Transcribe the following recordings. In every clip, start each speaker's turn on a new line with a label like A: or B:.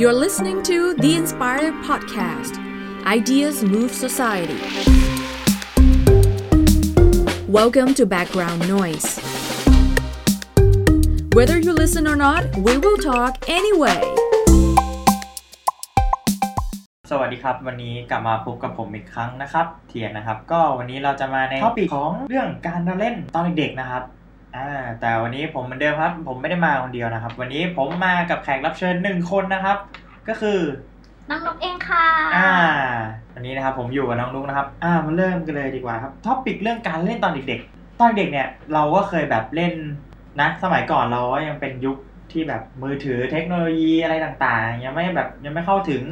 A: You're listening to The Inspired Podcast Ideas Move Society. Welcome to Background Noise. Whether you listen or not, we will talk anyway.
B: สวัสดีครับ วันนี้กลับมาพบกับผมอีกครั้งนะครับ เทียนนะครับ ก็วันนี้เราจะมาในท็อปิกของเรื่องการเล่นตอนเด็กๆนะครับอ่าแต่วันนี้ผมเหมือนเดิมครับ ผมไม่ได้มาคนเดียวนะครับ วันนี้ผมมากับแขกรับเชิญหนึ่งคนนะครับ ก็คือ
C: น้องนกเองค่ะ
B: อ่าวันนี้นะครับผมอยู่กับน้องลุกนะครับ อ่ามาเริ่มกันเลยดีกว่าครับท็อปิกเรื่องการเล่นตอนเด็กๆ ตอนเด็กเนี่ยเราก็เคยแบบเล่นนะสมัยก่อนเราก็ยังเป็นยุคที่แบบมือถือเทคโนโลยีอะไรต่างๆ ยังไม่แบบยังไม่เข้าถึง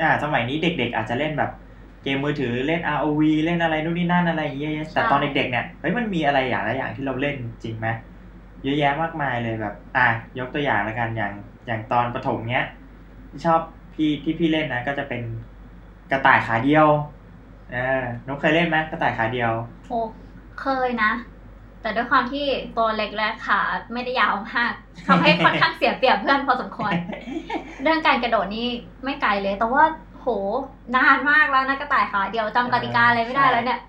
B: อ่าสมัยนี้เด็กๆอาจจะเล่นแบบเกมมือถือเล่น ROV เล่นอะไรนู่นนี่นั่นอะไรอย่างเงี้ยเยอะแยะแต่
C: ใช่
B: ตอนเด็กๆเนี่ยเฮ้ยมันมีอะไรอย่างละอย่างที่เราเล่นจริงไหมเยอะแยะมากมายเลยแบบ อ่ะยกตัวอย่างละกันอย่างอย่างตอนประถมเนี้ยที่ชอบพี่ที่พี่เล่นนะก็จะเป็นกระต่ายขาเดียวเออนกเคยเล่นไหมกระต่ายขาเดียว
C: โอ้เคยนะ แต่ด้วยความที่ตัวเล็กและขาไม่ได้ยาวม ากทำให้ค่อนข้างเสียเปรียบเพื่อนพอสมควร เรื่องการกระโดดนี่ไม่ไกลเลย แต่ว่าโหนานมากแล้วนะกระต่ายขาเดียวจำกติกาอะไรไม่ได้แล้วเนี่ย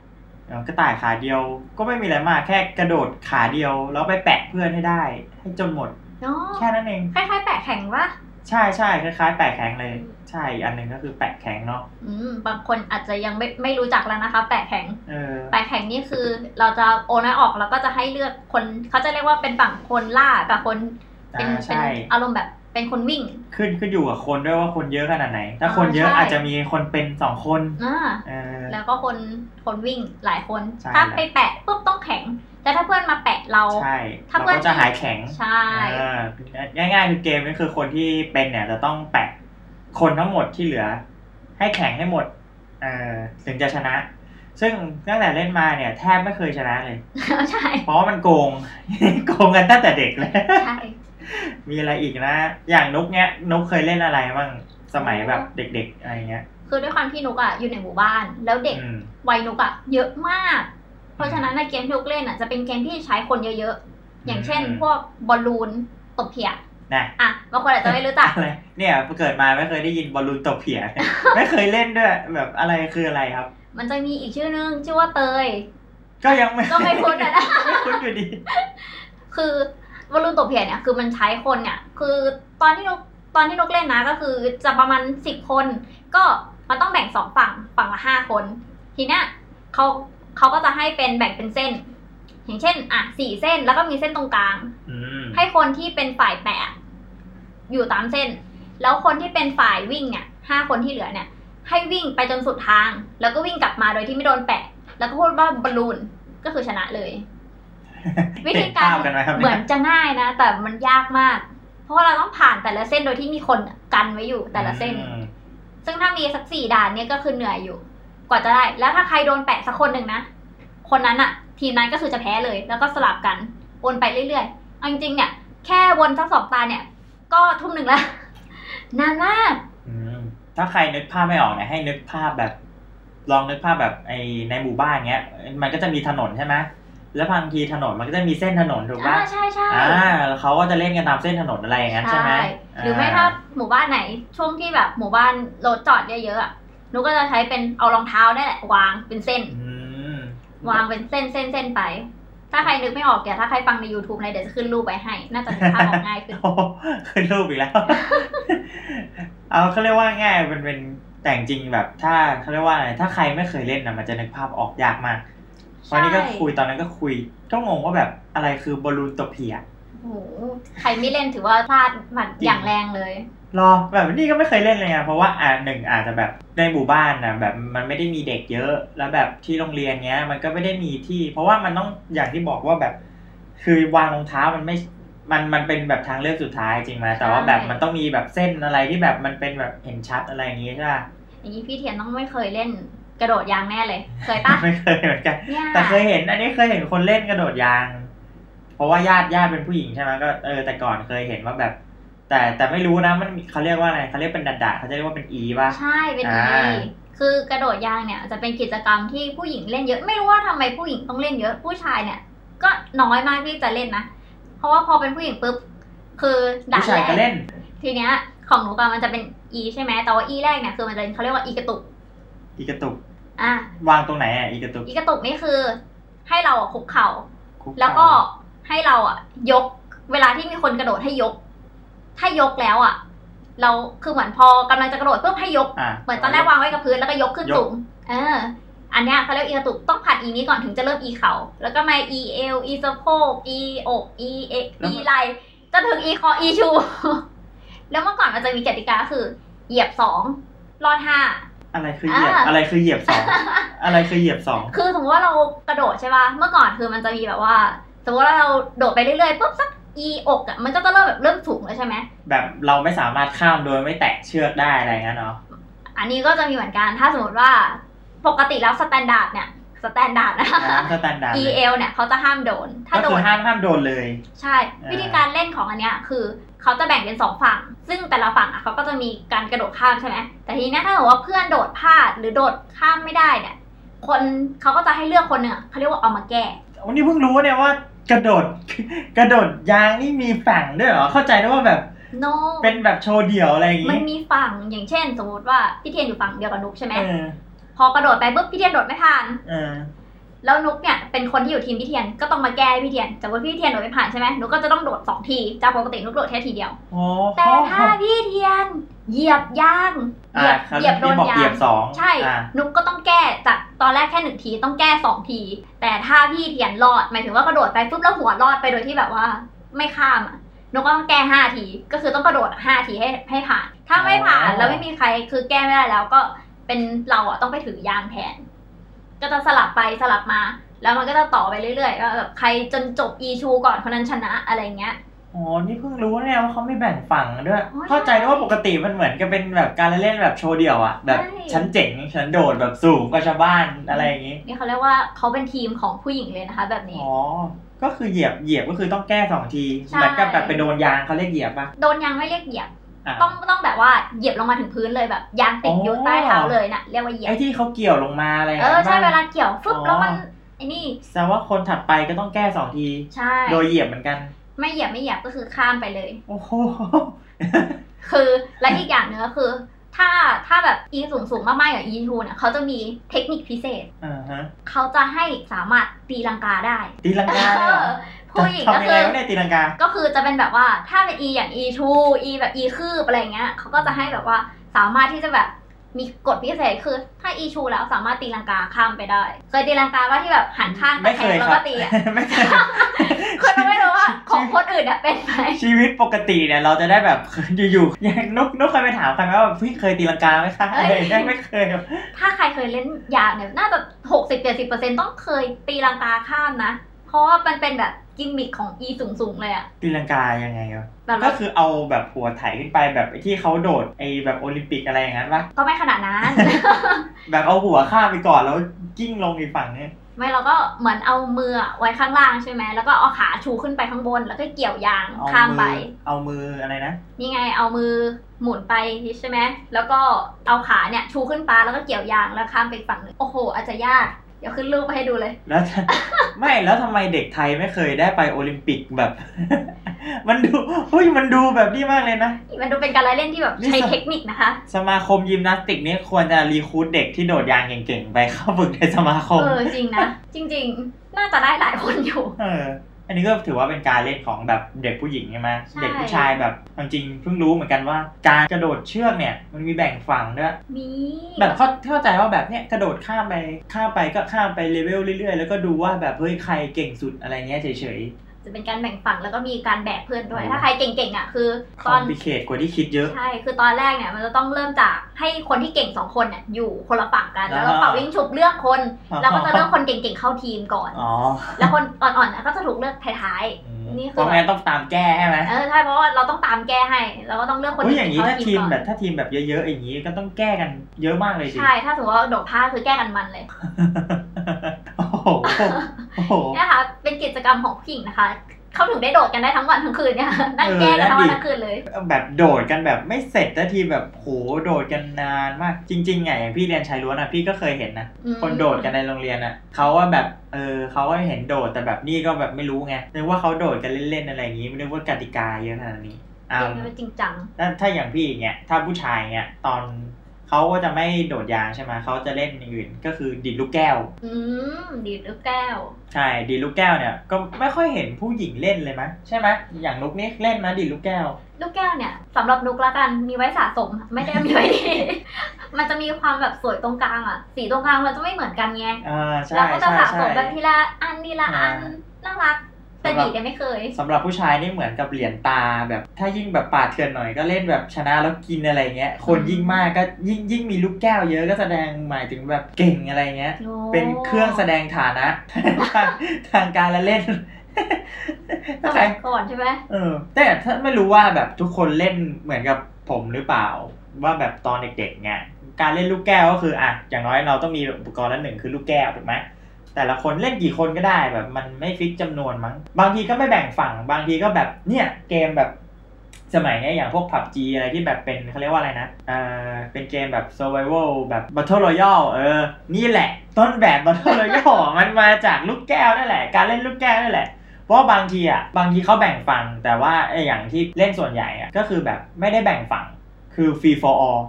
B: เอ่อกระต่ายขาเดียวก็ไม่มีอะไรมากแค่กระโดดขาเดียวแล้วไปแปะเพื่อนให้ได้ ให้จนหมด
C: เนาะ
B: แค่นั้นเอง
C: คล้ายๆแปะแข่งวะ
B: ใช่ใช่คล้ายๆแปะแข็งเลย
C: อืม
B: ใช่อีกอันหนึ่งก็คือแปะแข็งเนาะ
C: อืม บางคนอาจจะยังไม่ไม่รู้จักแล้วนะคะ แปะแข่ง
B: เออ
C: แปะแข่งนี่คือเราจะโอนให้ออกแล้วก็จะให้เลือกคนเขาจะเรียกว่าเป็นฝั่งคนล่ากับคนเป็น
B: อ่า
C: เป็น
B: ใช่
C: อารมณ์แบบเป็นคนวิ่ง
B: ขึ้นขึ้นอยู่กับคนด้วยว่าคนเยอะขนาดไหน ถ้าคนเยอะ
C: อ่าใช่
B: อาจจะมีคนเป็นสองคน
C: อ่า
B: เออ
C: แล้วก็คนคนวิ่งหลายคน
B: ใช่
C: ถ้าไปแปะปุ๊บต้องแข็ง แต่ถ้าเพื่อนมาแปะเรา
B: ใช่
C: ถ้า
B: เรา
C: เพื่อน
B: ก็จะหายแข็ง
C: ใช่
B: เออง่ายๆคือเกมก็คือคนที่เป็นเนี่ยจะต้องแปะคนทั้งหมดที่เหลือ ให้แข็งให้หมดเออถึงจะชนะ ซึ่งตั้งแต่เล่นมาเนี่ย แทบไม่เคยชนะเลย
C: ใช่
B: เพราะว่ามันโกง โกงกันตั้งแต่เด็กเลย
C: ใช่
B: มีอะไรอีกนะ อย่างนุกเนี้ยนุกเคยเล่นอะไรบ้างสมัยแบบเด็ก ๆ อะไรเงี้ย
C: คือด้วยความที่นุกอะอยู่ในหมู่บ้าน แล้วเด็ก
B: อืม
C: วัยนุกอะเยอะมาก เพราะฉะนั้นในเกมที่นุกเล่นอะจะเป็นเกมที่ใช้คนเยอะๆ อย่างเช่น พวกบอลลูนตบเพีย
B: นะ
C: อ่ะบางคนอาจจะไม่รู้จัก
B: อะไรเนี่ยเกิดมาไม่เคยได้ยินบอลลูนตบเผีย ไม่เคยเล่นด้วย แบบอะไรคืออะไรครับ
C: มันจะมีอีกชื่อนึงชื่อว่าเตย
B: ก็ยังไม่
C: ก็ไม่คุ้นอะนะ
B: ไม่คุ้นอยู่ดี
C: คือบอลลูนตบเพียเนี่ยคือมันใช้คนเนี่ย คือตอนที่นกตอนที่นกเล่นนะก็คือจะประมาณสิบคน ก็มันต้องแบ่งสองฝั่งฝั่งละห้าคน ทีเนี้ยเขาเขาก็จะให้เป็นแบ่งเป็นเส้น อย่างเช่น อ่ะสี่เส้นแล้วก็มีเส้นตรงกลาง
B: อืม
C: ให้คนที่เป็นฝ่ายแปะอยู่ตามเส้น แล้วคนที่เป็นฝ่ายวิ่งเนี่ยห้าคนที่เหลือเนี่ย ให้วิ่งไปจนสุดทาง แล้วก็วิ่งกลับมาโดยที่ไม่โดนแปะ แล้วก็พูดว่าบอลลูนก็คือชนะ เลย วิธีกา
B: เห็นภาร พกันไหมครับ
C: เหมือนจะง่ายนะ แต่มันยากมาก เพราะว่าเราต้องผ่านแต่ละเส้นโดยที่มีคนกันไว้อยู่แต่ละเส้น
B: อืม
C: ซึ่งถ้ามีสักสี่ด่านเนี่ยก็คือเหนื่อยอยู่ กว่าจะได้ แล้วถ้าใครโดนแปะสักคนหนึ่งนะ คนนั้นอะทีมนั้นก็คือจะแพ้เลย แล้วก็สลับกันวนไปเรื่อยๆเอาจริงๆเนี่ย แค่วนทั้งสองตาเนี่ย ก็ทุ่มหนึ่งแล้ว นานมาก
B: อืมถ้าใครนึกภาพไม่ออกเนี่ยให้นึกภาพแบบ ลองนึกภาพแบบไอในหมู่บ้านเงี้ย มันก็จะมีถนนใช่ไหมแล้วบางทีถนนมันก็จะมีเส้นถนนถูก
C: อ่า
B: ปะ
C: ใช่ใช่
B: อ่าแล้วเขาก็จะเล่นกันตามเส้นถนนอะไรอย่างนั้นใช่ไหม
C: หรือไม่ถ้าหมู่บ้านไหน ช่วงที่แบบหมู่บ้านรถจอดเยอะๆอะหนูก็จะใช้เป็นเอารองเท้าได้แหละวางเป็นเส้น
B: อืม
C: วางเป็นเส้นเส้นเส้นไป ถ้าใครนึกไม่ออกเดี๋ยวถ้าใครฟังใน YouTube นะเดี๋ยวจะขึ้นรูปไว้ให้ น่าจะนึกภาพออกง่ายขึ้น
B: โอ้โหขึ้นรูปอีก แล้ว เอาเขาเรียกว่าง่ายมันเป็นแต่จริงแบบ ถ้าเขาเรียกว่าอะไรถ้าใครไม่เคยเล่นนะมันจะนึกภาพออกยากมาก
C: ใช่
B: วันนี้ก็คุยตอนนั้นก็คุย ก็งงว่าแบบอะไรคือบอลลูนตบเพีย
C: โอ้โหใครไม่เล่นถือว่าพลาดหมันอย่างแรงเลย
B: รอแบบนี่ก็ไม่เคยเล่นเลยไงเพราะว่าอ่าหนึ่งอาจจะแบบในหมู่บ้านนะแบบมันไม่ได้มีเด็กเยอะ แล้วแบบที่โรงเรียนเงี้ย มันก็ไม่ได้มีที่ เพราะว่ามันต้องอย่างที่บอกว่าแบบ คือวางรองเท้ามันไม่ มันมันเป็นแบบทางเลือกสุดท้ายจริงไหมแต่ว่าแบบ
C: ใช่
B: มันต้องมีแบบเส้นอะไรที่แบบมันเป็นแบบเห็นชัดอะไรอย่างงี้ใช่ปะ
C: อย่างนี้พี่เทียนต้องไม่เคยเล่นกระโดดยางแน่เลย เคยปะ
B: ไม่เคยเหมือนกัน
C: เนี่ย
B: แต่เคยเห็น อันนี้เคยเห็นคนเล่นกระโดดยาง เพราะว่าญาติญาติเป็นผู้หญิงใช่ไหมก็เออแต่ก่อนเคยเห็นว่าแบบ แต่แต่ไม่รู้นะมันมีเขาเรียกว่าอะไรเขาเรียกเป็นดัดดาเขาจะเรียกว่าเป็นอีป่ะ
C: ใช่เป็นอย่าง
B: อ่า
C: นี้คือกระโดดยางเนี่ยจะเป็นกิจกรรมที่ผู้หญิงเล่นเยอะ ไม่รู้ว่าทำไมผู้หญิงต้องเล่นเยอะ ผู้ชายเนี่ย ก็น้อยมากที่จะเล่นนะ เพราะว่าพอเป็นผู้หญิงปุ๊บคือด่า
B: ผู้ชาย
C: แร
B: ก็
C: ก
B: เล่น
C: ทีเนี้ย ของหนูอะมันจะเป็น e ใช่ไหมแต่ว่า e แรกเนี่ยคือมันจะเขาเรียกว่า e กระตุก
B: อีกระตุก
C: อ่ะ
B: วางตรงไหนอ่ะอีกระตุก
C: อีกระตุกนี่คือให้เราอะคุกเข่า
B: คุเข่า
C: แล้วก็ให้เราอ่ะ ยก เวลาที่มีคนกระโดดให้ยก ถ้ายกแล้วอ่ะ เราคือเหมือนพอกำลังจะกระโดดปุ๊บให้ยก
B: ะ
C: เหมือนตอนแรกวางไว้กับพื้นแล้วก็ยกขึ้น
B: ยก
C: สูง เออ อันเนี้ยเขาเรียกอีกระตุกต้องผ่านอีนี้ก่อนถึงจะเริ่มอีเข่า แล้วก็มา e เอว e สะโพก e อก e เอ e ไหล่จนถึง e คอ e ชู แล้วเมื่อก่อนมันจะมีกติกาคือ เหยียบสองรอดห้า
B: อะไรคือเหยียบ
C: อ่า
B: อะไรคือเหยียบส องอะไรคือเหยียบสอง
C: คือสมมติว่าเรากระโดดใช่ป่ะ เมื่อก่อนคือมันจะมีแบบว่า สมมติว่าเราโดดไปเรื่อยๆปุ๊บสักอีอกอ่ะมันก็จะเริ่มแบบเริ่มสูงแล้วใช่ไหม
B: แบบเราไม่สามารถข้ามโดยไม่แตะเชือกได้อะไรงั้นเนาะ
C: อันนี้ก็จะมีเหมือนกัน ถ้าสมมติว่าปกติแล้วสแตนดาร์ดเนี่ย สแตนดาร์ดนะ
B: น้ำสแตนดาร์ด
C: E
B: เลย
C: L เนี่ยเขาจะห้ามโดน ถ้า
B: ก็
C: โด
B: คือน ห้ามห้ามโดนเลย
C: ใช่
B: อ่า
C: วิธีการเล่นของอันเนี้ยคือเขาจะแบ่งเป็นสองฝั่ง ซึ่งแต่ละฝั่งอ่ะเขาก็จะมีการกระโดดข้ามใช่ไหมแต่ทีนี้ถ้าสมมติว่าเพื่อนโดดพลาดหรือโดดข้ามไม่ได้เนี่ยคนเขาก็จะให้เลือกคนหนึ่งอะเขาเรียกว่าเอามาแก้
B: วันนี้เพิ่งรู้เนี่ยว่ากระโดด กระโดดยางนี่มีฝั่งด้วยเหรอเข้าใจนะว่าแบบ
C: no
B: เป็นแบบโชว์เดี่ยวอะไรอย่าง
C: มัน
B: งี้
C: มีฝั่งอย่างเช่น สมมติว่าพี่เทียนอยู่ฝั่งเดียวกับนุกใช่ไหม
B: เออ
C: พอกระโดดไปปุ๊บพี่เทียนโดดไม่ผ่าน
B: เออ
C: แล้วนุกเนี่ยเป็นคนที่อยู่ทีมพี่เทียนก็ต้องมาแก้ให้พี่เทียนแต่ว่าพี่เทียนโดดไม่ผ่านใช่ไหมนุกก็จะต้องโดดสองทีจากปกตินุกโดดแค่ทีเดียว
B: โอ้
C: แต่
B: เขา
C: ถ้าพี่เทียนเหยียบยางเหยี
B: อ่ะ
C: บ
B: เขา
C: เหยียบโดน
B: บอก
C: ยา
B: เหยีย
C: ง
B: บสอง
C: ใช่
B: อ่ะ
C: นุกก็ต้องแก้จากตอนแรกแค่หนึ่งทีต้องแก้สองที แต่ถ้าพี่เทียนรอดหมายถึงว่ากระโดดไปปุ๊บแล้วหัวรอดไปโดยที่แบบว่าไม่ข้ามอะนุกก็ต้องแก้ห้าที ก็คือต้องกระโดดห้าทีให้ให้ผ่าน ถ้าไม่ผ่านแล้วไม่มีใครคือแก้ไม่ได้แล้วก็เป็นเราอ่ะต้องไปถือยางแทน ก็จะสลับไปสลับมา แล้วมันก็จะต่อไปเรื่อยๆว่าแบบใครจนจบอีชูก่อนคนนั้นชนะอะไรเงี้ย
B: อ๋อนี่เพิ่งรู้เนี่ยว่าเขาไม่แบ่งฝั่งด้วย
C: โอ้ย
B: เข้าใจนะว่าปกติมันเหมือนกับเป็นแบบการเล่นแบบโชว์เดี่ยวอ่ะแบบ
C: ใช่
B: ฉันเจ๋งฉันโดดแบบสูงกว่าชาวบ้านอะไรอย่างงี้
C: นี่เขาเรียกว่าเขาเป็นทีมของผู้หญิงเลยนะคะ แบบนี้
B: อ๋อ ก็คือเหยียบเหยียบก็คือต้องแก้สองที
C: ใช่
B: เหมือนกับแบบไปโดนยางเขาเรียกเหยียบป่ะ
C: โดนยางไม่เรียกเหยียบ
B: อ่ะ
C: ต้องต้องแบบว่าเหยียบลงมาถึงพื้นเลยแบบยางติดอยู่
B: อ๋อ
C: ใต้เท้าเลยนะเรียกว่าเหยียบ
B: ไอ้ที่เขาเกี่ยวลงมาอะไรย่าง
C: เอ
B: งี้
C: อย ใช่เว
B: บ้าง
C: ลาเกี่ยวฟึบ
B: อ๋อ
C: แล้วมันไอ้นี่
B: แสดงว่าคนถัดไปก็ต้องแก้สองที
C: ใช่
B: โดยเหยียบเหมือนกัน
C: ไม่เหยียบไม่เหยียบก็คือข้ามไปเลย
B: โอ้โห
C: คือและอีกอย่างหนึ่งก็คือ ถ้าถ้าแบบอีสูงสูงมากๆอย่างอีทูเนี่ยเขาจะมีเทคนิคพิเศษ
B: อ่าฮะ
C: เขาจะให้สามารถตีลังกาได้
B: ตีลังกาเลยเหรอ
C: เออผู้หญิงก็
B: ทำยัง
C: คื
B: ไง
C: อ
B: วะเนี่ยตีลังกา
C: ก็คือจะเป็นแบบว่าถ้าเป็น e อย่าง e ทู e แบบ e คืบอะไรอย่างเงี้ยเขาก็จะให้แบบว่าสามารถที่จะแบบมีกฎพิเศษคือถ้า e ทูแล้วสามารถตีลังกาข้ามไปได้ เคยตีลังกาว่าที่แบบหันข้าง
B: ไม่เค
C: แข็
B: ย
C: งแล้
B: ค
C: ว
B: รั
C: ก็
B: บ
C: ตีอ่ะ
B: ไม่เคย
C: คนเราไม่รู้ว่าของคนอื่นอะเป็นไหม
B: ชีวิตปกติเนี่ยเราจะได้แบบ อยู่ๆ อย่างนุกนุกเคยไปถามใครไหมว่าพี่เคยตีลังกาไหมคะอะไรอย่างเงี้ยไม่เคยครับ
C: ถ้าใครเคยเล่นยางเนี่ยน่าจะหกสิบเจ็ดสิบเปอร์เซ็นต้องเคยตีลังกาข้ามนะ เพราะว่ามันเป็นแบบกิมมิคของ e สูงสูงๆเลยอะ
B: ตีลังกายังไงครับ
C: แบบ
B: ก็
C: ว่า
B: คือเอาแบบหัวไถขึ้นไปแบบไอ้ที่เขาโดดไอ้แบบโอลิมปิกอะไรอย่างนั้นปะ
C: ก็ไม่ขนาดนั้น
B: แบบเอาหัวข้ามไปก่อนแล้วกิ้งลงอีกฝั่งนึง
C: ไม่เราก็เหมือนเอามืออะไว้ข้างล่างใช่ไหมแล้วก็เอาขาชูขึ้นไปข้างบน แล้วก็เกี่ยวยาง
B: เอา
C: ข้ามไป
B: มือเอามืออะไรนะ
C: นี่ไงเอามือหมุนไปใช่ไหม แล้วก็เอาขาเนี่ยชูขึ้นฟ้าแล้วก็เกี่ยวยางแล้วข้ามไปอีกฝั่งหนึ่งโอ้โห อาจจะยาก เดี๋ยวขึ้นรูปมาให้ดูเลย
B: แล้ว ไม่แล้วทำไมเด็กไทยไม่เคยได้ไปโอลิมปิกแบบ มันดูเฮ้ยมันดูแบบนี้มากเลยนะ
C: มันดูเป็นการเล่นที่ แบบใช้เทคนิคนะคะ
B: สมาคมยิมนาสติกนี่ควรจะรีครูดเด็กที่โดดยางเก่งๆ ไปเข้าฝึกในสมาคม
C: เออจริงนะ จริง ๆ น่าจะได้หลายคนอยู่
B: เออ อันนี้ก็ถือว่าเป็นการเล่นของแบบเด็กผู้หญิงใช่ไหม
C: ใช่
B: เด็กผู้ชายแบบจริงๆเพิ่งรู้เหมือนกันว่า การกระโดดเชือกเนี่ย มันมีแบ่งฝั่งด้วย
C: มี
B: แบบเข้าเข้าใจว่าแบบเนี้ยกระโดดข้ามไปข้ามไปก็ข้ามไปเลเวลเรื่อยๆ แล้วก็ดูว่าแบบเฮ้ยใครเก่งสุดอะไรเงี้ยเฉย
C: จะเป็นการแบ่งฝั่งแล้วก็มีการแบกเพื่อนด้วย ถ้าใครเก่งๆอ่ะคือ
B: ๆค
C: ต
B: อ
C: อ
B: ม
C: น
B: พิเคตกว่าที่คิดเยอะ
C: ใช่ คือตอนแรกเนี่ยมันจะต้องเริ่มจากให้คนที่เก่งสองคนเนี่ยอยู่คนละฝั่งกัน
B: อ่า
C: แล้วก็เป่าวิ่งฉุบเลือกคน แล้วก็จะเลือกคนเก่งๆเข้าทีมก่อน
B: อ๋อ
C: แล้วคนอ่อนๆอ่ะก็จะถูกเลือกท้าย
B: อืม
C: นี่คือ
B: เพราะงั้นต้องตามแก้ใช่ไหม
C: ๆ เออใช่เพราะว่าเราต้องตามแก้ให้ เราก็ต้องเลือกคน
B: อุ้ยอย่างนี้
C: นี้
B: ถ้าทีม
C: ก่อน
B: แบบถ้าทีมแบบเยอะๆอย่างนี้ก็ต้องแก้กันเยอะมากเลยสิ
C: ใช่ ถ้าสมมติว่าโดดผ้าคือแก้กันมันเลย
B: โอ้โหโอ้โห
C: เนี่ยนะคะ เป็นกิจกรรมของผู้หญิงนะคะ เขาถึงได้โดดกันได้ทั้งวันทั้งคืนเนี่ย นั่งแก้กันทั้งวันทั้งคืนเลย
B: แบบโดดกันแบบไม่เสร็จนาทีแบบโหโดดกันนานมากจริงๆไงอย่างพี่เรียนชายล้วนอ่ะพี่ก็เคยเห็นนะ คนโดดกันในโรงเรียนอ่ะเขาว่าแบบเออเขาว่าเห็นโดดแต่แบบนี่ก็แบบไม่รู้ไงนึกว่าเขาโดดกันเล่นๆอะไรอย่างงี้ไม่นึกว่ากติกาเยอะขนาดนี้ อ่า
C: เรียนกันจริงจัง
B: แล้วถ้าอย่างพี่อย่างเงี้ยถ้าผู้ชายเงี้ยตอนเขาก็จะไม่โดดยางใช่ไหมเขาจะเล่นอย่างอื่นก็คือดีดลูกแก้ว
C: อืมดีดลูกแก้ว
B: ใช่ดีดลูกแก้วเนี่ยก็ไม่ค่อยเห็นผู้หญิงเล่นเลยมั้ยใช่ไหมยอย่างนุกนี่เล่นไหมยดีดลูกแก้ว
C: ลูกแก้วเนี่ยสำหรับนุกละกันมีไว้สะสม ไม่ ได้มีไว้ดี มันจะมีความแบบสวยตรงกลางอ่ะ สีตรงกลางมันจะไม่เหมือนกันไง
B: อ่าใช่
C: เราก็จะ
B: ใช่
C: สะส
B: ใช่
C: มแบบทีละอันทีละอัน
B: อ่า
C: น่ารัก แต่ดีดเนี่ยไม่เคย
B: สำหรับผู้ชายนี่เหมือนกับเหรียญตาแบบ ถ้ายิ่งแบบปาดเถื่อนหน่อยก็เล่นแบบชนะแล้วกินอะไรเงี้ย คนยิ่งมากก็ยิ่งยิ่งมีลูกแก้วเยอะก็แสดงหมายถึงแบบเก่งอะไรเงี้ย
C: โอ้
B: เป็นเครื่องแสดงฐานะ ทางทางการละเล่น
C: สมัยก่อนใช่ไหม
B: เออ แต่ถ้าไม่รู้ว่าแบบทุกคนเล่นเหมือนกับผมหรือเปล่า ว่าแบบตอนเด็กๆเนี่ยการเล่นลูกแก้วก็คืออ่ะอย่างน้อยเราต้องมีอุปกรณ์ละหนึ่งคือลูกแก้วถูกไหมแต่ละคนเล่นกี่คนก็ได้แบบมันไม่ฟิกจำนวนมั้งบางทีก็ไม่แบ่งฝั่งบางทีก็แบบเนี่ยเกมแบบสมัยเนี้ยอย่างพวกผับจีอะไรที่แบบเป็นเขาเรียกว่าอะไรนะเออเป็นเกมแบบ survival แบบ battle royale เออ นี่แหละ ต้นแบบ battle royale มันมาจากลูกแก้วนั่นแหละ การเล่นลูกแก้วนั่นแหละ เพราะว่าบางทีอ่ะบางทีเขาแบ่งฝั่งแต่ว่าไอ้อย่างที่เล่นส่วนใหญ่อ่ะก็คือแบบไม่ได้แบ่งฝั่งคือ free for all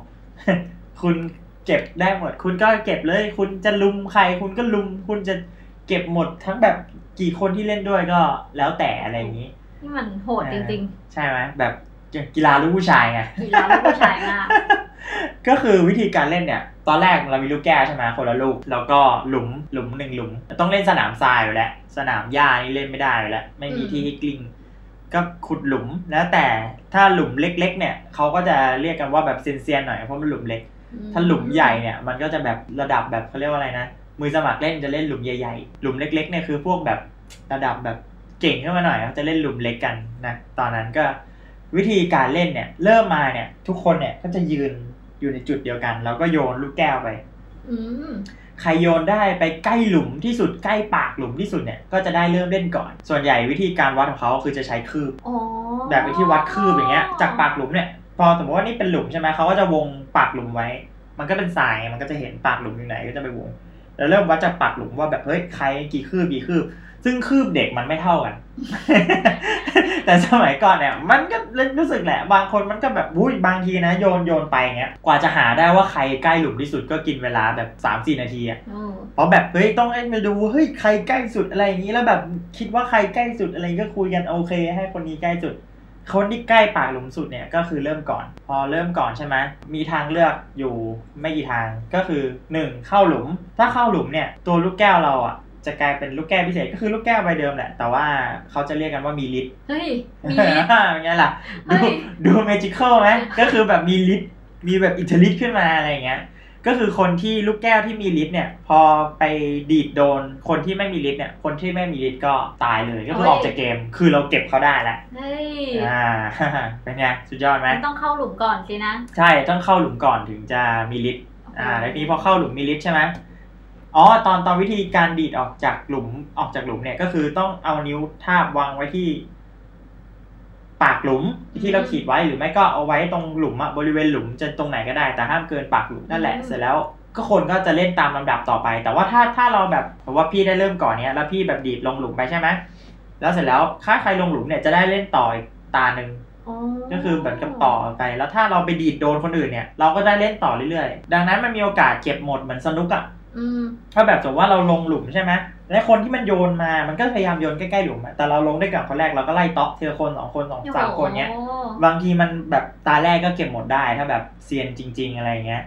B: คุณเก็บได้หมด คุณก็เก็บเลย คุณจะลุมใคร คุณก็ลุม คุณจะเก็บหมดทั้งแบบกี่คนที่เล่นด้วยก็แล้วแต่อะไรอย่างนี้
C: ที่มันโหดจริง
B: ใช่ไหมแบบกีฬาลูกผู้ชายไง
C: ๆกีฬาลูกผู้ชายมาก
B: ก็คือวิธีการเล่นเนี่ย ตอนแรกเรามีลูกแก้วใช่ไหมคนละลูก แล้วก็หลุมหลุมหนึ่งหลุม ต้องเล่นสนามทรายอยู่แล้ว สนามหญ้านี่เล่นไม่ได้อยู่แล้ว ไม่มี
C: อืม
B: ที่ให้กลิ้ง ก็ขุดหลุมแล้วแต่ถ้าหลุมเล็ก ๆ เนี่ยเขาก็จะเรียกกันว่าแบบเซียนๆหน่อยเพราะมันหลุมเล็ก
C: อืม
B: ถ้าหลุมใหญ่เนี่ยมันก็จะแบบระดับแบบเขาเรียกว่าอะไรนะ มือสมัครเล่นจะเล่นหลุมใหญ่ๆ หลุมเล็กๆเนี่ยคือพวกแบบระดับแบบเก่งขึ้นมาหน่อยเขาจะเล่นหลุมเล็กกันนะตอนนั้นก็วิธีการเล่นเนี่ยเริ่มมาเนี่ยทุกคนเนี่ยก็จะยืนอยู่ในจุดเดียวกัน แล้วก็โยนลูกแก้วไป
C: อืม
B: ใครโยนได้ไปใกล้หลุมที่สุดใกล้ปากหลุมที่สุดเนี่ยก็จะได้เริ่มเล่นก่อน ส่วนใหญ่วิธีการวัดของเขาคือจะใช้คืบ
C: โอ้
B: แบบไปที่วัดคืบอย่างเงี้ย จากปากหลุมเนี่ย พอสมมติว่านี่เป็นหลุมใช่ไหมเขาก็จะวงปากหลุมไว้ มันก็เป็นสายมันก็จะเห็นปากหลุมอยู่ไหนก็จะไปวง แล้วเริ่มวัดจากปากหลุมว่าแบบเฮ้ยใครกี่คืบกี่คืบ ซึ่งคืบเด็กมันไม่เท่ากัน แต่สมัยก่อนเนี่ย มันก็รู้สึกแหละ บางคนมันก็แบบอุ้ยบางทีนะโยนโยนไปอย่างเงี้ยกว่าจะหาได้ว่าใครใกล้หลุมที่สุดก็กินเวลาแบบ3าสี่นาทีอะ
C: โอ้
B: เพราะแบบเฮ้ยต้องเล่นไปดูเฮ้ยใครใกล้สุดอะไรอย่างนี้แล้วแบบคิดว่าใครใกล้สุดอะไรก็คุยกันโอเค ให้คนนี้ใกล้สุด คนที่ใกล้ปากหลุมสุดเนี่ยก็คือเริ่มก่อน พอเริ่มก่อนใช่ไหมมีทางเลือกอยู่ไม่กี่ทางก็คือหนึ่งเข้าหลุม ถ้าเข้าหลุมเนี่ยตัวลูกแก้วเราอ่ะจะกลายเป็นลูกแก้วพิเศษก็คือลูกแก้วใบเดิมแหละ แต่ว่าเขาจะเรียกกันว่ามีลิต
C: เฮ้ย มี
B: เป็นไงล่ะ ดู
C: เฮ้ย
B: ดูเมจิคอลไหมก็คือแบบมีฤทธิ์มีแบบอิทธิฤทธิ์ขึ้นมาอะไรอย่างเงี้ย ก็คือคนที่ลูกแก้วที่มีฤทธิ์เนี่ย พอไปดีดโดนคนที่ไม่มีฤทธิ์เนี่ย คนที่ไม่มีฤทธิ์ก็ตายเลยก็คือออกจากเกม คือเราเก็บเขาได้แล้ว
C: เฮ้ย
B: อ่า เป็นไงสุดยอดไหม
C: มันต้องเข้าหลุมก่อนสินะ
B: ใช่ต้องเข้าหลุมก่อนถึงจะมีฤทธิ์ อ่าแล้วทีนี้พอเข้าหลุมมีลิฟต์ใช่ไหมอ๋อ ตอนตอนวิธีการดีดออกจากหลุมออกจากหลุมเนี่ยก็คือต้องเอานิ้วทาบวางไว้ที่ ปากหลุมที่เราขีดไว้หรือไม่ก็เอาไว้ตรงหลุมอะบริเวณหลุมจะตรงไหนก็ได้แต่ห้ามเกินปากหลุมนั่นแหละ
C: อืม
B: เสร็จแล้วก็คนก็จะเล่นตามลำดับต่อไป แต่ว่าถ้าถ้าเราแบบผมว่าพี่ได้เริ่มก่อนเนี้ยแล้วพี่แบบดีดลงหลุมไปใช่ไหมแล้วเสร็จแล้วถ้าใครลงหลุมเนี่ยจะได้เล่นต่ออีกตาหนึ่ง
C: โอ้
B: ก็คือเหมือนกับต่อไป แล้วถ้าเราไปดีดโดนคนอื่นเนี่ย เราก็ได้เล่นต่อเรื่อยๆ ดังนั้นมันมีโอกาสเก็บหมดเหมือนสนุกอะ
C: อืม
B: ถ้าแบบสมมติว่าเราลงหลุมใช่ไหมและคนที่มันโยนมามันก็พยายามโยนใกล้ๆหลุมอะแต่เราลงได้กับคนแรกเราก็ไล่เตาะเธอคนสองคนสองสามคนเนี้ย
C: โอ้โห
B: บางทีมันแบบตาแรกก็เก็บหมดได้ถ้าแบบเซียนจริง ๆอะไรเงี้ย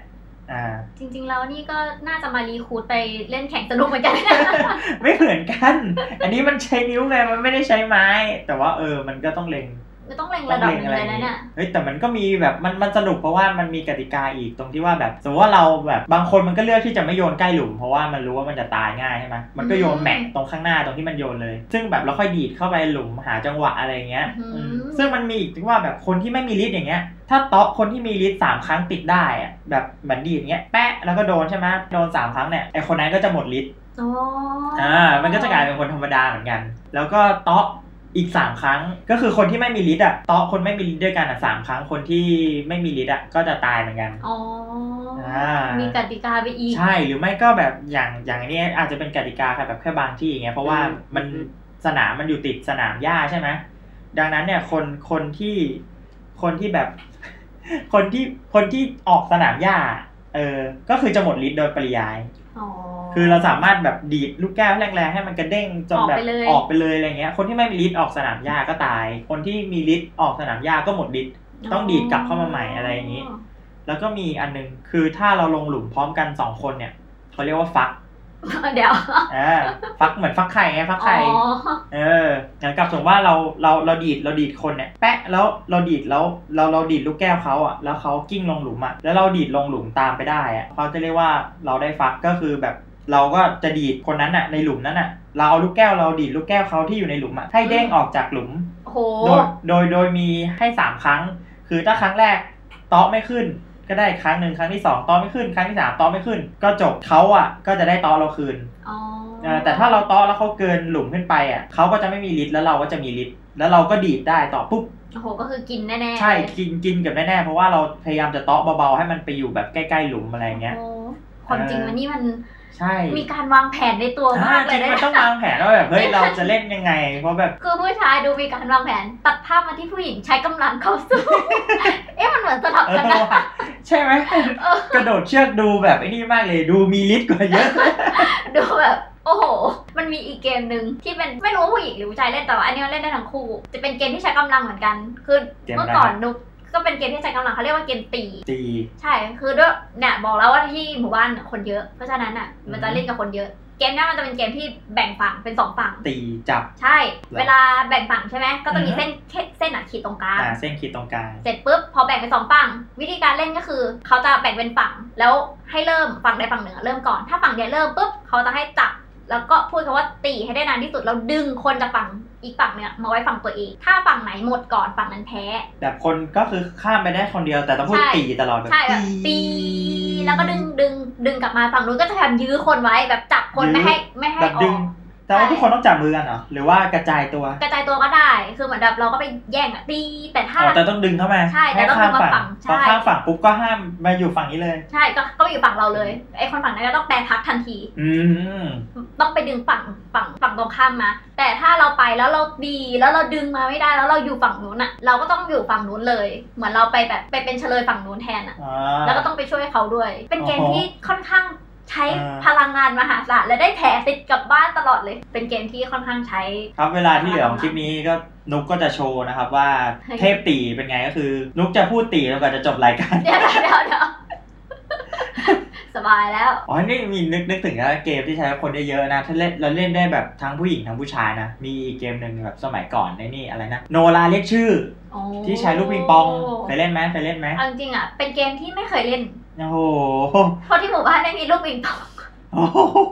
B: อ่า
C: จริง ๆ แล้วนี่ก็น่าจะมารีครูดไปเล่นแข่งสนุกเหมือนกัน
B: ไม่เหมือนกัน อันนี้มันใช้นิ้วไงมันไม่ได้ใช้ไม้ แต่ว่าเออมันก็ต้องเล็ง
C: ไม่ต้องเล็ง
B: ต้อ
C: ระ
B: ง
C: ดับ
B: เล็ง
C: หนึ่
B: อะ
C: ง
B: ไรอ
C: เลยนะ
B: ย่าง
C: เนี่ย
B: เงี้ยเฮ้ยแต่มันก็มีแบบมันมันสนุกเพราะว่ามันมีกติกาอีกตรงที่ว่าแบบสมมติว่าเราแบบบางคนมันก็เลือกที่จะไม่โยนใกล้หลุมเพราะว่ามันรู้ว่ามันจะตายง่ายใช่ไหมมันก็โยน
C: อืม
B: แหมกตรงข้างหน้าตรงที่มันโยนเลย ซึ่งแบบเราค่อยดีดเข้าไปหลุมหาจังหวะอะไรอย่างเงี้ย
C: อืม
B: อืมซึ่งมันมีอีกที่ว่าแบบคนที่ไม่มีฤทธิ์อย่างเงี้ย ถ้าเตาะคนที่มีฤทธิ์สามครั้งติดได้อะแบบเหมือนดีดอย่างเงี้ยแปะแล้วก็โดนใช่ไหมโดนสามครั้งเนี่ยไอคนนั้นก็จะหมดฤทธิ์
C: โอ้
B: อ่า มันก็จะกลายเป็นคนธรรมดาเหมือนกัน แล้วก็เตาะอีกสามครั้ง ก็คือคนที่ไม่มีฤทธิ์อ่ะ เตาะคนไม่มีฤทธิ์ด้วยกันอ่ะสามครั้ง คนที่ไม่มีฤทธิ์อ่ะก็จะตายเหมือนกัน
C: อ๋ออา มีกติกาไปอีก
B: ใช่ หรือไม่ก็แบบอย่างอย่างเนี้ยอาจจะเป็นกติกาค่ะแบบแค่บางที่อย่างเงี้ย เพราะว่า
C: อืม
B: มันสนามมันอยู่ติดสนามหญ้าใช่ไหม ดังนั้นเนี่ยคนคนที่ คนที่แบบ คนที่คนที่ออกสนามหญ้า เออ ก็คือจะหมดฤทธิ์โดยปริยาย
C: อ๋อ
B: คือเราสามารถแบบดีดลูกแก้วแรงๆให้มันกระเด้งจนแบบ
C: ออกไปเลย
B: ออกไปเลยอะไรเงี้ย คนที่ไม่มีฤทธิ์ออกสนามหญ้าก็ตาย คนที่มีฤทธิ์ออกสนามหญ้าก็หมดฤทธิ์ ต้องดีดกลับเข้ามาใหม่อะไรอย่างนี้ แล้วก็มีอันนึงคือถ้าเราลงหลุมพร้อมกันสองคนเนี่ยเขาเรียกว่าฟัก
C: เดี๋ยว
B: อ่าฟักเหมือนฟักไข่ไงฟัก
C: อ๋
B: ไข่
C: อ
B: เออเหมือนกับสมมติว่าเราเราเราดีดเราดีดคนเนี่ยแปะแล้วเราดีดแล้วเราเราดีดลูกแก้วเขาอ่ะแล้วเขากิ้งลงหลุมอ่ะแล้วเราดีดลงหลุมตามไปได้อ่ะเขาจะเรียกว่าเราได้ฟักก็คือแบบ เราก็จะดีดคนนั้นอ่ะในหลุมนั้นอ่ะเราเอาลูกแก้วเราดีดลูกแก้วเขาที่อยู่ในหลุมอ่ะให้เด้งออกจากหลุม
C: โอ้โห
B: โดยโดยโดยมีให้สามครั้ง คือถ้าครั้งแรกเตาะไม่ขึ้น ก็ได้ครั้งหนึ่งครั้งที่สองเตาะไม่ขึ้น ครั้งที่สามเตาะไม่ขึ้น ก็จบเขาอ่ะก็จะได้เตาะเราคืน
C: อ๋อ
B: เออแต่ถ้าเราเตอแล้วเขาเกินหลุมขึ้นไปอ่ะเขาก็จะไม่มีฤทธิ์แล้วเราก็จะมีฤทธิ์แล้วเราก็ดีดได้ต่อปุ๊บ
C: โอ้โห ก็คือกินแน่ๆ
B: ใช่กินกินกับแน่ๆเพราะว่าเราพยายามจะเตาะเบาๆให้มันไปอยู่แบบใกล้ๆหลุมอะไรเงี้ย
C: โอ้ความจริงมันนี่มัน
B: ใช่
C: มีการวางแผนในตัวมาก
B: อ่
C: เลย
B: จริง
C: นะ
B: มันต้องวางแผนว่าแบบเฮ้ยเราจะเล่นยังไง เพราะแบบ
C: คือผู้ชายดูมีการวางแผน ตัดภาพมาที่ผู้หญิงใช้กำลังเข้าสู้ เอ๊ะมันเหมือนสลับ
B: เอ
C: กัน
B: อ
C: นะ
B: ว่ะใช่ไหม
C: เออ
B: กระโดดเชือกดูแบบไอ้นี่มากเลยดูมีฤทธิ์กว่าเยอะ
C: ดูแบบ โอ้โห มันมีอีกเกมหนึ่งที่เป็นไม่รู้ว่าผู้หญิงหรือผู้ชายเล่นแต่ว่าอันนี้มันเล่นได้ทั้งคู่ จะเป็นเกมที่ใช้กำลังเหมือนกัน คือ
B: เกมอะไร
C: เมื่อก่อนนุกก็เป็นเกมที่ใช้กำลังเขาเรียกว่าเกมตี
B: ตี
C: ใช่ คือด้วยเนี่ยบอกแล้วว่าที่หมู่บ้านน่ะคนเยอะ เพราะฉะนั้นอ่ะมันจะเล่นกับคนเยอะ เกมเนี้ยมันจะเป็นเกมที่แบ่งฝั่งเป็นสองฝั่ง
B: ตีจับ
C: ใช่
B: หรอ
C: เวลาแบ่งฝั่งใช่ไหมก็จะมี
B: อือฮึ
C: เส้นเส้นเส้นอะขีดตรงกลาง
B: อ่าเส้นขีดตรงกลาง
C: เสร็จปุ๊บพอแบ่งเป็นสองฝั่ง วิธีการเล่นก็คือ เขาจะแบ่งเป็นฝั่งแล้วให้เริ่มฝั่งใดฝั่งหนึ่งอะเริ่มก่อนถ้าฝั่งใดเริ่มปุ๊บเขาจะให้จับ แล้วก็พูดคำว่าตีให้ได้นานที่สุดแล้วดึงคนจากฝั่งอีกฝั่งเนี่ยมาไว้ฝั่งตัวเอง ถ้าฝั่งไหนหมดก่อนฝั่งนั้นแพ้
B: แบบคนก็คือข้ามไปได้คนเดียวแต่ต้องพูด
C: ใช่
B: ตีตลอดแบบ
C: ใช่แบบตีแล้วก็ดึงดึงดึงกลับมาฝั่งนู้นก็จะพยายามยื้อคนไว้แบบจับคนไม่ให้ไม่ให้
B: แบบ
C: อ
B: ดึ
C: อง ก
B: แต่ว่าทุกคนต้องจับมือกันเหรอหรือว่ากระจายตัว
C: กระจายตัวก็ได้ คือเหมือนแบบเราก็ไปแย่งอะตีแต่ถ้า
B: อ๋อแต่ต้องดึงเข้ามา
C: ใช่แต่ต้องดึงมาฝั่ง
B: พอ
C: ใช่
B: ข้ามฝั่งปุ๊บก็ห้ามมาอยู่ฝั่งนี้เลย
C: ใช่ก็ก็ไปอยู่ฝั่งเราเลยไอ้คนฝั่งนั้นก็ต้องแปรพักทันที
B: อืม
C: ต้องไปดึงฝั่งฝั่งฝั่งตรงข้ามมา แต่ถ้าเราไปแล้วเราดีแล้วเราดึงมาไม่ได้แล้วเราอยู่ฝั่งนู้นอะเราก็ต้องอยู่ฝั่งนู้นเลย เหมือนเราไปแบบไปเป็นเฉลยฝั่งนู้นแทนอะ
B: อ่า
C: แล้วก็ต้องไปช่วยเขาด้วย เป็นเกม
B: โอ้โห
C: ที่ค่อนข้างใช้
B: อ่า
C: พลังงานมหาศาลและได้แถติดกลับบ้านตลอดเลย เป็นเกมที่ค่อนข้างใช้
B: ครับเวลาที่เหลือของคลิปนี้ก็นุกก็จะโชว์นะครับว่า
C: เฮ้ย
B: เทพตีเป็นไงก็คือ นุกจะพูดตีจนกว่าจะจบราย การ
C: เดี๋ยวเดี๋ยวเดี๋ยวเดี๋ยว สบายแล้ว
B: อ๋อ นี่มีนึกนึกถึงนะเกมที่ใช้คนเยอะๆนะ ถ้าเล่นเราเล่นได้แบบทั้งผู้หญิงทั้งผู้ชายนะ มีเกมหนึ่งแบบสมัยก่อนในนี่อะไรนะ โนราเรียกชื่อ
C: โอ้
B: ที่ใช้ลูกปิงปองเคยเล่นไหมเคยเล่นไหม
C: เอาจริงๆอะเป็นเกมที่ไม่เคยเล่น
B: โอ้โห
C: เพราะที่หมู่บ้านไม่มีลูกปิงปอง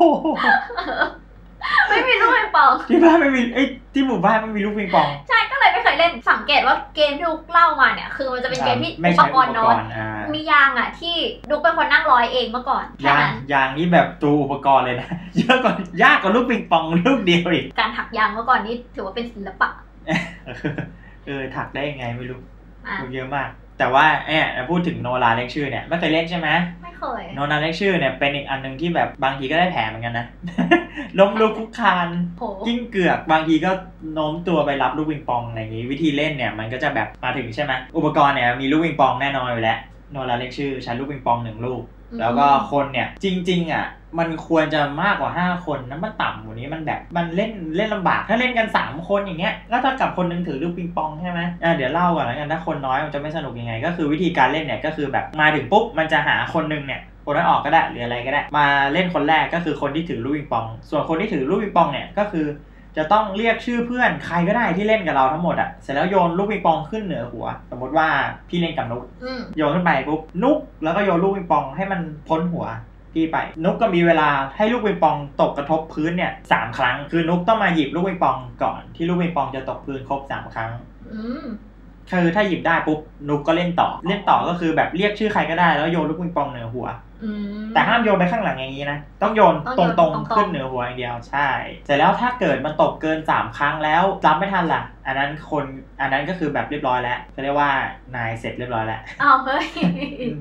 C: ไม่มีลูกปิงปอง
B: ที่บ้านไม่มีเอ้ยที่หมู่บ้านไม่มีลูกปิงปอง
C: ใช่ก็เลยไม่เคยเล่นสังเกตว่าเกมที่ลูกเล่ามาเนี่ย คือมันจะเป็นเกมที่
B: ไม่
C: อุป
B: ใช่
C: ก
B: อุ
C: รณ์
B: ป
C: น้
B: ก
C: อย
B: รณ์อ่า
C: มียางอ่ะที่ลูกเป็นคนนั่งร้อยเองเมื่อก่อนแค่
B: ยาง
C: นั้น
B: ยางนี่แบบตัวอุปกรณ์เลยนะ เยอะกว่ายากกว่าลูกปิงปองลูกเดียวอีก
C: การถักยางเมื่อก่อนนี่ถือว่าเป็นศิลปะ
B: เออเออถักได้ยังไงไม่รู้
C: อ่ะ
B: ลูกเยอะมาก แต่ว่าเนี่ยพูดถึงโนราเล็กชื่อเนี่ยไม่เคยเล่นใช่ไหม
C: ไม่เคย
B: โนราเล็กชื่อเนี่ยเป็นอีกอันหนึ่งที่แบบบางทีก็ได้แผลเหมือนกันนะ ล้มลุกคลุกคลาน
C: โห
B: กิ้งเกือกบางทีก็โน้มตัวไปรับลูกปิงปองอะไรอย่างนี้ วิธีเล่นเนี่ยมันก็จะแบบมาถึงใช่ไหมอุปกรณ์เนี่ยมีลูกปิงปองแน่นอนอยู่แล้วโนราเล็กชื่อใช้ลูกปิงปองหนึ่งลูก
C: อืม
B: แล้วก็คนเนี่ยจริง ๆอ่ะมันควรจะมากกว่า 5 คนนะมันต่ำกว่านี้มันแบบมันเล่นเล่นลำบากถ้าเล่นกัน 3 คนอย่างเงี้ยก็เท่ากับคนหนึงถือลูกปิงปองใช่ไหมอ่ะเดี๋ยวเล่าก่อนแล้วกันถ้าคนน้อยมันจะไม่สนุกยังไง ก็คือวิธีการเล่นเนี่ยก็คือแบบมาถึงปุ๊บมันจะหาคนหนึงเนี่ยคนนั้นออกก็ได้หรืออะไรก็ได้ มาเล่นคนแรกก็คือคนที่ถือลูกปิงปอง ส่วนคนที่ถือลูกปิงปองเนี่ยก็คือ จะต้องเรียกชื่อเพื่อนใครก็ได้ที่เล่นกับเราทั้งหมดอ่ะเสร็จแล้วโยนลูกปิงปองขึ้นเหนือหัว สมมติว่าพี่เล่นกับนุก
C: อืม
B: โยนขึ้นไปปุ๊บนุกแล้วก็โยนลูกปิงปองให้มันพ้นหัวพี่ไป นุกก็มีเวลาให้ลูกปิงปองตกกระทบพื้นเนี่ยสามครั้ง คือนุกต้องมาหยิบลูกปิงปองก่อนที่ลูกปิงปองจะตกพื้นครบสามครั้ง
C: อืม
B: คือถ้าหยิบได้ปุ๊บนุกก็เล่นต่อ เล่นต่อก็คือแบบเรียกชื่อใครก็ได้แล้วโยนลูกปิงปองเหนือหัว
C: อืม
B: แต่ห้ามโยนไปข้างหลังอย่างนี้นะ ต้องโยน
C: ต้
B: ต
C: องโยน
B: รงๆ
C: ตรงๆ
B: ขึ้นเหนือหัวอย่างเดียวใช่ เสร็จแล้วถ้าเกิดมันตกเกิน 3 ครั้งแล้วรับไม่ทันล่ะ อันนั้นคนอันนั้นก็คือแบบเรียบร้อยแล้วเขาเรียกว่านายเสร็จเรียบร้อยแล้ว
C: อ้าวเฮ้ย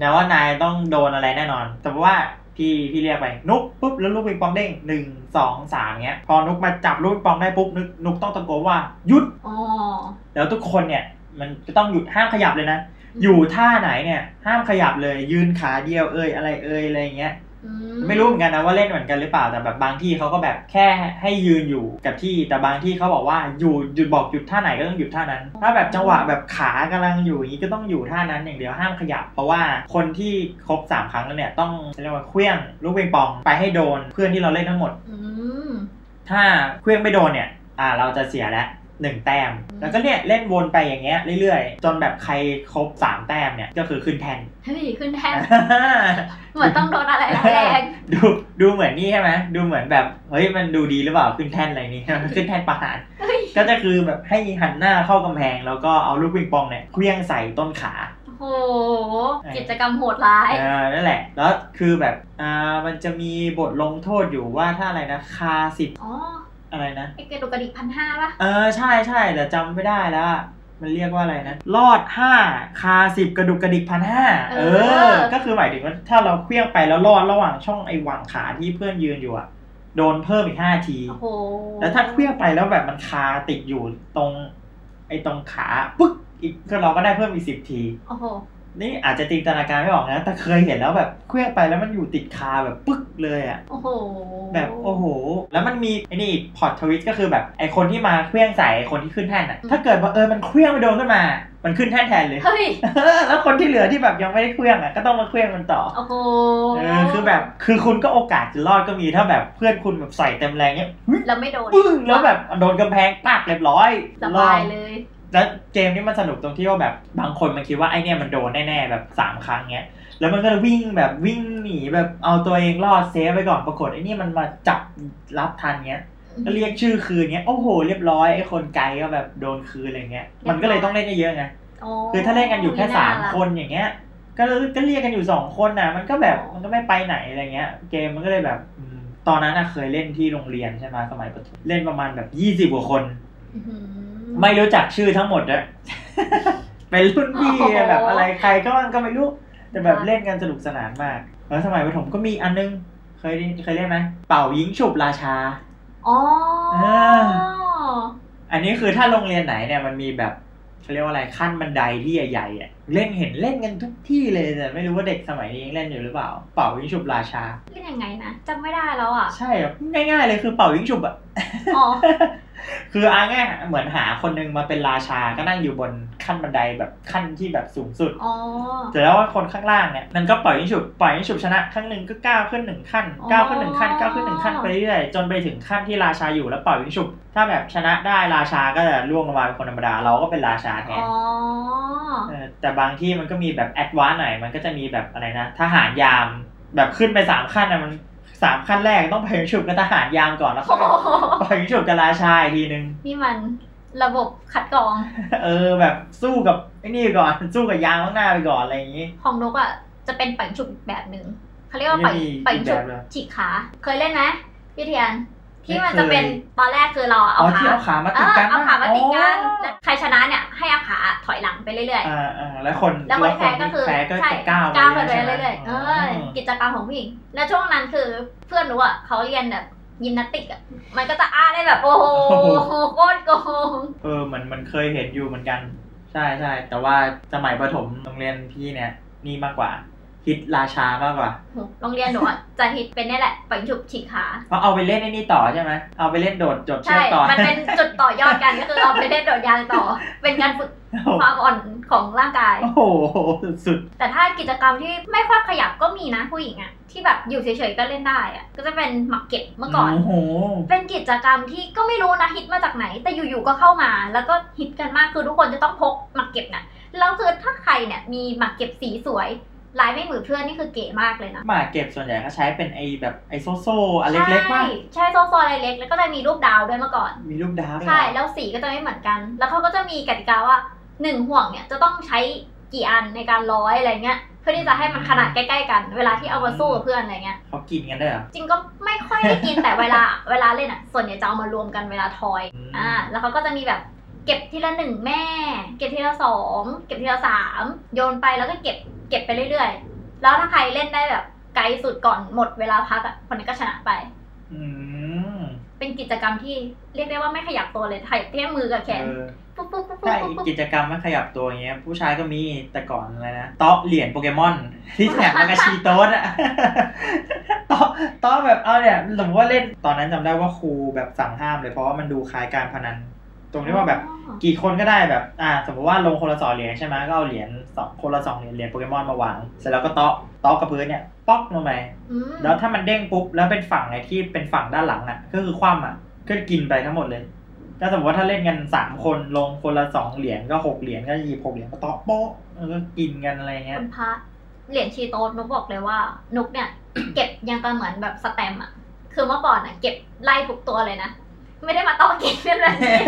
B: แต่ว่านายต้องโดนอะไรแน่นอน แต่ว่าพี่พี่เรียกไปนุกปุ๊บแล้วลูกปิงปองเด้งหนึ่งสองสามเงี้ย พอนุกมาจับลูกปิงปองได้ปุ๊บนุกนุกต้องตะโกนว่าหยุด
C: อ๋อ
B: แล้วทุกคนเนี่ย มันจะต้องหยุดห้ามขยับเลยนะ อยู่ท่าไหนเนี่ย ห้ามขยับเลยยืนขาเดียวเอ่ยอะไรเอ่ยอะไรอย่างเงี้ย
C: อื
B: ไม่รู้เหมือนกันนะว่าเล่นเหมือนกันหรือเปล่าแต่แบบบางที่เขาก็แบบแค่ให้ยืนอยู่กับที่แต่บางที่เขาบอกว่าอยู่หยุดบอกหยุดท่าไหนก็ต้องหยุดท่านั้น ถ้าแบบจังหวะแบบขากำลังอยู่อย่างนี้ก็ต้องอยู่ท่านั้นอย่างเดียวห้ามขยับ เพราะว่าคนที่ครบสามครั้งแล้วเนี่ยต้องเรียกว่าเคลี้ยงลูกเวงปองไปให้โดนเพื่อนที่เราเล่นทั้งหมด
C: อืม
B: ถ้าเคลี้ยงไม่โดนเนี่ยอ่าเราจะเสียแล้วหนึ่งแต้ม แล้วก็เนี่ยเล่นวนไปอย่างเงี้ยเรื่อยๆ จนแบบใครครบสามแต้มเนี่ยก็คือขึ้นแทน
C: เฮ้ยขึ้นแท่นเหมือนต้องโดนอะไรแรง
B: ดูดูเหมือนนี่ใช่ไหมดูเหมือนแบบเฮ้ยมันดูดีหรือเปล่าขึ้นแท่นอะไรนี่ ขึ้นแท่นประหาร
C: เฮ้ย
B: ก็จะคือแบบให้หันหน้าเข้ากำแพง แล้วก็เอาลูกปิงปองเนี่ยเคลี้ยงใส่ต้นขา
C: โอ้โหกิจกรรมโหดร้าย
B: เออนั่นแหละ แล้วคือแบบอ่ามันจะมีบทลงโทษอยู่ว่าถ้าอะไรนะคาสิบ
C: อ๋อ
B: อะไรนะ
C: ไอ้กระดูกกระดิกพันห้าป่ะ
B: เออใช่ใช่แต่จำไม่ได้แล้วอะมันเรียกว่าอะไรนะรอดห้าคาสิบกระดุกกระดิกพันห้าเออ ก็คือหมายถึงว่าถ้าเราเคลี้ยงไปแล้วรอดระหว่างช่องไอ้หว่างขาที่เพื่อนยืนอยู่อะโดนเพิ่มอีกห้าที
C: โอ้โห
B: แล้วถ้าเคลี้ยงไปแล้วแบบมันคาติดอยู่ตรง ไอ้ตรงขาปึ๊กอีกก็เราก็ได้เพิ่มอีกสิบที
C: โอ้โห
B: นี่อาจจะจินตนาการไม่ออกนะ แต่เคยเห็นแล้วแบบเคลี้ยงไปแล้วมันอยู่ติดคาแบบปึ๊กเลยอะ
C: โอ้โห
B: แบบโอ้โห แล้วมันมีไอ้นี่พอร์ตทวิสก็คือแบบไอ้คนที่มาเคลี้ยงใส่ไอ้คนที่ขึ้นแท่นอะถ้าเกิดว่าเออมันเคลี้ยงไปโดนขึ้นมา มันขึ้นแท่นแทนเลย
C: เฮ้ย
B: แล้วคนที่เหลือที่แบบยังไม่ได้เคลี้ยงอะก็ต้องมาเคลี้ยงมันต่อ
C: โอ้โห
B: เออคือแบบคือคุณก็โอกาสจะรอดก็มีถ้าแบบเพื่อนคุณแบบใส่เต็มแรงเนี้ยหึ
C: แล้วไม่โดน
B: ปึ้งแล้วแบบโดนกำแพงปากเรียบร้อย
C: สบาย
B: ลอง
C: เลย
B: แล้วเกมนี้มันสนุกตรงที่ว่าแบบบางคนมันคิดว่าไอเนี่ยมันโดนแน่ๆแบบสามครั้งเงี้ย แล้วมันก็วิ่งแบบวิ่งหนีแบบเอาตัวเองรอดเซฟไปก่อนปรากฏไอเนี่ยมันมาจับรับทันเงี้ยก็เรียกชื่อคืนเงี้ยโอ้โหเรียบร้อยไอคนไกลก็แบบโดนคืนอะไรเงี้ย
C: เรียบร้อย
B: มันก็เลยต้องเล่นเยอะๆไง
C: โอ้
B: คือถ้าเล่นกันอยู่แค่สาม
C: ล่ะ
B: คนอย่างเงี้ย ก็เลยก็เรียกกันอยู่สองคนนะมันก็แบบมันก็ไม่ไปไหนอะไรเงี้ย เกมมันก็เลยแบบอืมตอนนั้นน่ะเคยเล่นที่โรงเรียนใช่ไหมสมัยประถมเล่นประมาณแบบยี่สิบ20กว่าคน
C: อื้อหือ
B: ไม่รู้จักชื่อทั้งหมดด้วย เป็นรุ่นพี่
C: โอ้โห
B: แบบอะไรใครก็มันก็ไม่รู้ แต่แบบ
C: ค่ะ
B: เล่นกันสนุกสนานมาก แล้วสมัยประถมก็มีอันนึง เคยได้เคยเล่นไหมเป่ายิงฉุบราชา
C: อ๋ออา
B: อันนี้คือถ้าโรงเรียนไหนเนี่ยมันมีแบบเขาเรียกว่าอะไรขั้นบันไดที่ใหญ่ๆอ่ะเล่นเห็นเล่นกันทุกที่เลยแต่ไม่รู้ว่าเด็กสมัยนี้ยังเล่นอยู่หรือเปล่า เป่ายิงฉุบราชา
C: เล่นยังไงนะจำไม่ได้แล้วอ่ะ
B: ใช่อะง่ายๆเลยคือเป่ายิงฉุบอ่ะ
C: อ๋อ
B: คือเอาง่ายๆเหมือนหาคนนึงมาเป็นราชาก็นั่งอยู่บนขั้นบันไดแบบขั้นที่แบบสูงสุด
C: อ๋อ
B: เสร็จแล้วว่าคนข้างล่างเนี่ยมันก็ปล่อยยิงฉุบปล่อยยิงฉุบชนะครั้งหนึ่งก็ก้าวขึ้นหนึ่งขั้น
C: อ๋อ
B: ก้าวขึ้นหนึ่งขั้นก้าวขึ้นหนึ่งขั้นไปเรื่อยๆจนไปถึงขั้นที่ราชาอยู่แล้วปล่อยยิงฉุบถ้าแบบชนะได้ราชาก็จะล่วงลงมาเป็นคนธรรมดาเราก็เป็นราชาแทน
C: อ๋อ
B: เออแต่บางที่มันก็มีแบบแอดวานซ์หน่อยมันก็จะมีแบบอะไรนะทหารยามแบบขึ้นไปสามขั้นนะมันสามขั้นแรกต้องปล่อยยิงฉุบกับทหารยามก่อนแล้วค่อย
C: โอ้โห
B: ปล่อยยิงฉุบกับราชาอีกทีนึง
C: นี่มันระบบคัดกรอง
B: เออแบบสู้กับไอ้นี่ก่อนสู้กับยามข้างหน้าไปก่อนอะไรอย่างนี้
C: ของนกอ่ะ จะเป็นปังฉุบอีกแบบหนึ่งเขาเรียกว่าปัง
B: ยังมีอีก
C: ปังฉุบ
B: แบบเหรอ
C: ฉีกขา เคยเล่นไหมพี่เทียน ที่มัน
B: ไม่เคย
C: จะเป็นตอนแรกคือเราอะ
B: อ๋
C: เอา
B: อ
C: ขา
B: ที่เอาขามา
C: เอ
B: ติด
C: อ
B: กัน
C: เอาขามาติดกัน
B: อ๋อ
C: แล้วใครชนะเนี่ยให้เอาขาถอยหลังไปเรื่อยๆ
B: อ่าอ่าแล้วคน
C: แล้วคนแพ้ก็
B: ที่
C: คือ
B: แพ้ก็
C: ใช่
B: จะก้าว
C: ก้าวไป
B: ใช่ไหม
C: เรื่อยๆเอออ
B: ม
C: กิจกรรมของผู้หญิง แล้วช่วงนั้นคือเพื่อนรู้อ่ะเขาเรียนแบบยิมนาสติกอ่ะมันก็จะอ้าได้แบบ โอ้โหโคตรโกง
B: เออเหมือนมันเคยเห็นอยู่เหมือนกัน ใช่ใช่แต่ว่าสมัยประถมโรงเรียนพี่เนี่ยนี่มากกว่าฮิตราชามากกว่า
C: โรงเรียนหนูอะจะฮิตเป็นนี่แหละปังฉุบฉีกขา
B: เพราะเอาไปเล่นไอ้นี่ต่อใช่ไหมเอาไปเล่นโดดจดเชื
C: ใช่
B: อกต่อ
C: มันเป็นจุดต่อยอดกันก็คือเอาไปเล่นโดดยางต่อ เป็นการฝึกความอ่อนของร่างกาย
B: โอ้โหสุด
C: แต่ถ้ากิจกรรมที่ไม่ค่อยขยับก็มีนะผู้หญิงอ่ะที่แบบอยู่เฉยๆก็เล่นได้อ่ะก็จะเป็นหมักเก็บ
B: ๆ
C: เมื่อก่อน
B: โอ้โห
C: เป็นกิจกรรมที่ก็ไม่รู้นะฮิตมาจากไหน แต่อยู่ๆก็เข้ามา แล้วก็ฮิตกันมากคือทุกคนจะต้องพกหมากเก็บน่ะแล้วคือถ้าใครเนี่ยมีหมากเก็บสีสวยลายไม่เหมือนเพื่อนนี่คือเก๋มากเลยนะ
B: หมากเก็บส่วนใหญ่ก็ใช้เป็นไอแบบไอโซโซอันเล็กๆ
C: ใช่
B: มาก
C: ใช่โซฟอลายเล็กแล้วก็จะมีรูปดาวด้วยเมื่อก่อน
B: มีรูปดาวด้วย
C: ใช่
B: เหรอ
C: แล้วสีก็จะไม่เหมือนกัน แล้วเขาก็จะมีกติกาว่าหนึ่งห่วงเนี่ยจะต้องใช้กี่อันในการร้อยอะไรเงี้ยเพื่อที่จะให้มันขนาดใกล้ๆกัน เวลาที่เอามาสู้กับเพื่อนอะไรเงี้ย
B: เขากินกันด้วยเหรอ
C: จริงก็ไม่ค่อยได้กินแต่เวลา เวลาเล่นอ่ะ ส่วนใหญ่จะเอามารวมกันเวลาทอย
B: อืม
C: อ่า แล้วเขาก็จะมีแบบเก็บทีละหนึ่งแม่ เก็บทีละสองเก็บทีละสามโยนไปแล้วก็เก็บเก็บไปเรื่อยๆ แล้วถ้าใครเล่นได้แบบไกลสุดก่อนหมดเวลาพักอ่ะคนนั้นก็ชนะไป
B: อืม
C: เป็นกิจกรรมที่เรียกได้ว่าไม่ขยับตัวเลยขยับแค่มือกับแขน
B: เออ
C: ปุ๊บปุ๊บปุ๊บปุ๊
B: ใช่
C: บปุ๊บปุ๊บ
B: กิจกรรมมันขยับตัวอย่างเงี้ย ผู้ชายก็มีแต่ก่อนอะไรนะโต๊ะเหรียญโปเกมอน ที่แถมมากระชีโต๊ะ อะโต๊ะโต๊ะแบบเอาเนี่ยสมมติว่าเล่นตอนนั้นจำได้ว่าครูแบบสั่งห้ามเลยเพราะว่ามันดูคล้ายการพนัน ตรงที่ว่าแบบ กี่คนก็ได้แบบ อ่า สมมติว่าลงคนละสองเหรียญใช่ไหมก็เอาเหรียญสองคนละสองเหรียญเหรียญโปเกมอนมาวาง เสร็จแล้วก็เตาะเตาะกับพื้นเนี่ย ป๊อกลงไป
C: อืม
B: แล้วถ้ามันเด้งปุ๊บ แล้วเป็นฝั่งไหนที่เป็นฝั่งด้านหลังอ่ะ ก็คือคว่ำอ่ะ ก็กินไปทั้งหมดเลย ถ้าสมมติว่าถ้าเล่นกันสามคนลงคนละสองเหรียญก็หกเหรียญก็หยิบหกเหรียญก็เตาะโป๊ะแล้วก็กินกันอะไรเงี้ย
C: คุณพระเหรียญชีโตสนุกบอกเลยว่า นุกเนี่ย เก็บยังกับเหมือนแบบสแตมป์อะคือเมื่อก่อนอะเก็บไล่ทุกตัวเลยนะไม่ได้มาต้อเก็บเป็นแบบนี้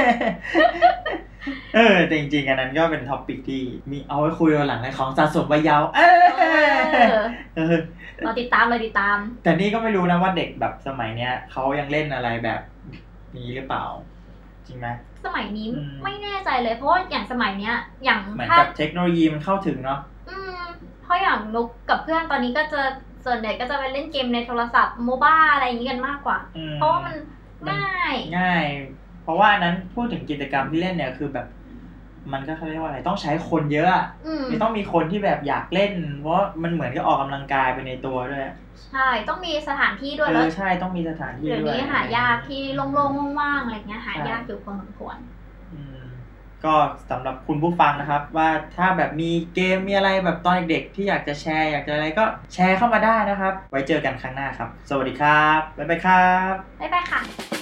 B: เออแต่จริงๆอันนั้นก็เป็นท็อปปิกที่มีเอาไว้คุยวันหลังในของสะสมวัยเยาว์เอ
C: เอ
B: อ
C: อ
B: เออ
C: เราติดตามเราติดตาม
B: แต่นี่ก็ไม่รู้นะว่าเด็กแบบสมัยเนี้ยเขายังเล่นอะไรแบบนี้หรือเปล่า จริงไหม
C: สมัยนี้
B: อืม
C: ไม่แน่ใจเลย เพราะว่าอย่างสมัยเนี้ย อย่าง
B: เหมือน
C: ถ้า
B: กับเทคโนโลยีมันเข้าถึงเนาะ
C: อืมเพราะอย่างนุกกับเพื่อนตอนนี้ก็จะส่วนใหญ่ก็จะไปเล่นเกมในโทรศัพท์โมบ้าอะไรอย่างนี้กันมากกว่า
B: อืม
C: เพราะว่ามันง่าย
B: ง่าย เพราะว่าอันนั้นพูดถึงกิจกรรมที่เล่นเนี่ยคือแบบ มันก็เขาเรียกว่าอะไรต้องใช้คนเยอะอะ
C: อืม
B: ไม่ต้องมีคนที่แบบอยากเล่น เพราะมันเหมือนกับออกกำลังกายไปในตัวด้วย
C: ใช่ ต้องมีสถานที่ด้วย
B: เอ
C: แล้ว
B: อใช่ต้องมีสถานที่
C: เดี๋ยว
B: ด้วย
C: นี้หายากที่โล่งๆว่างๆอะไรเงี้ยหา
B: ใช่
C: ยากอยู่พอสมควร
B: อืมก็สำหรับคุณผู้ฟังนะครับ ว่าถ้าแบบมีเกมมีอะไรแบบตอนเด็กๆที่อยากจะแชร์ อยากจะอะไรก็แชร์เข้ามาได้นะครับ ไว้เจอกันครั้งหน้าครับ สวัสดีครับ บ๊ายบายครับ
C: บ๊ายบายค่ะ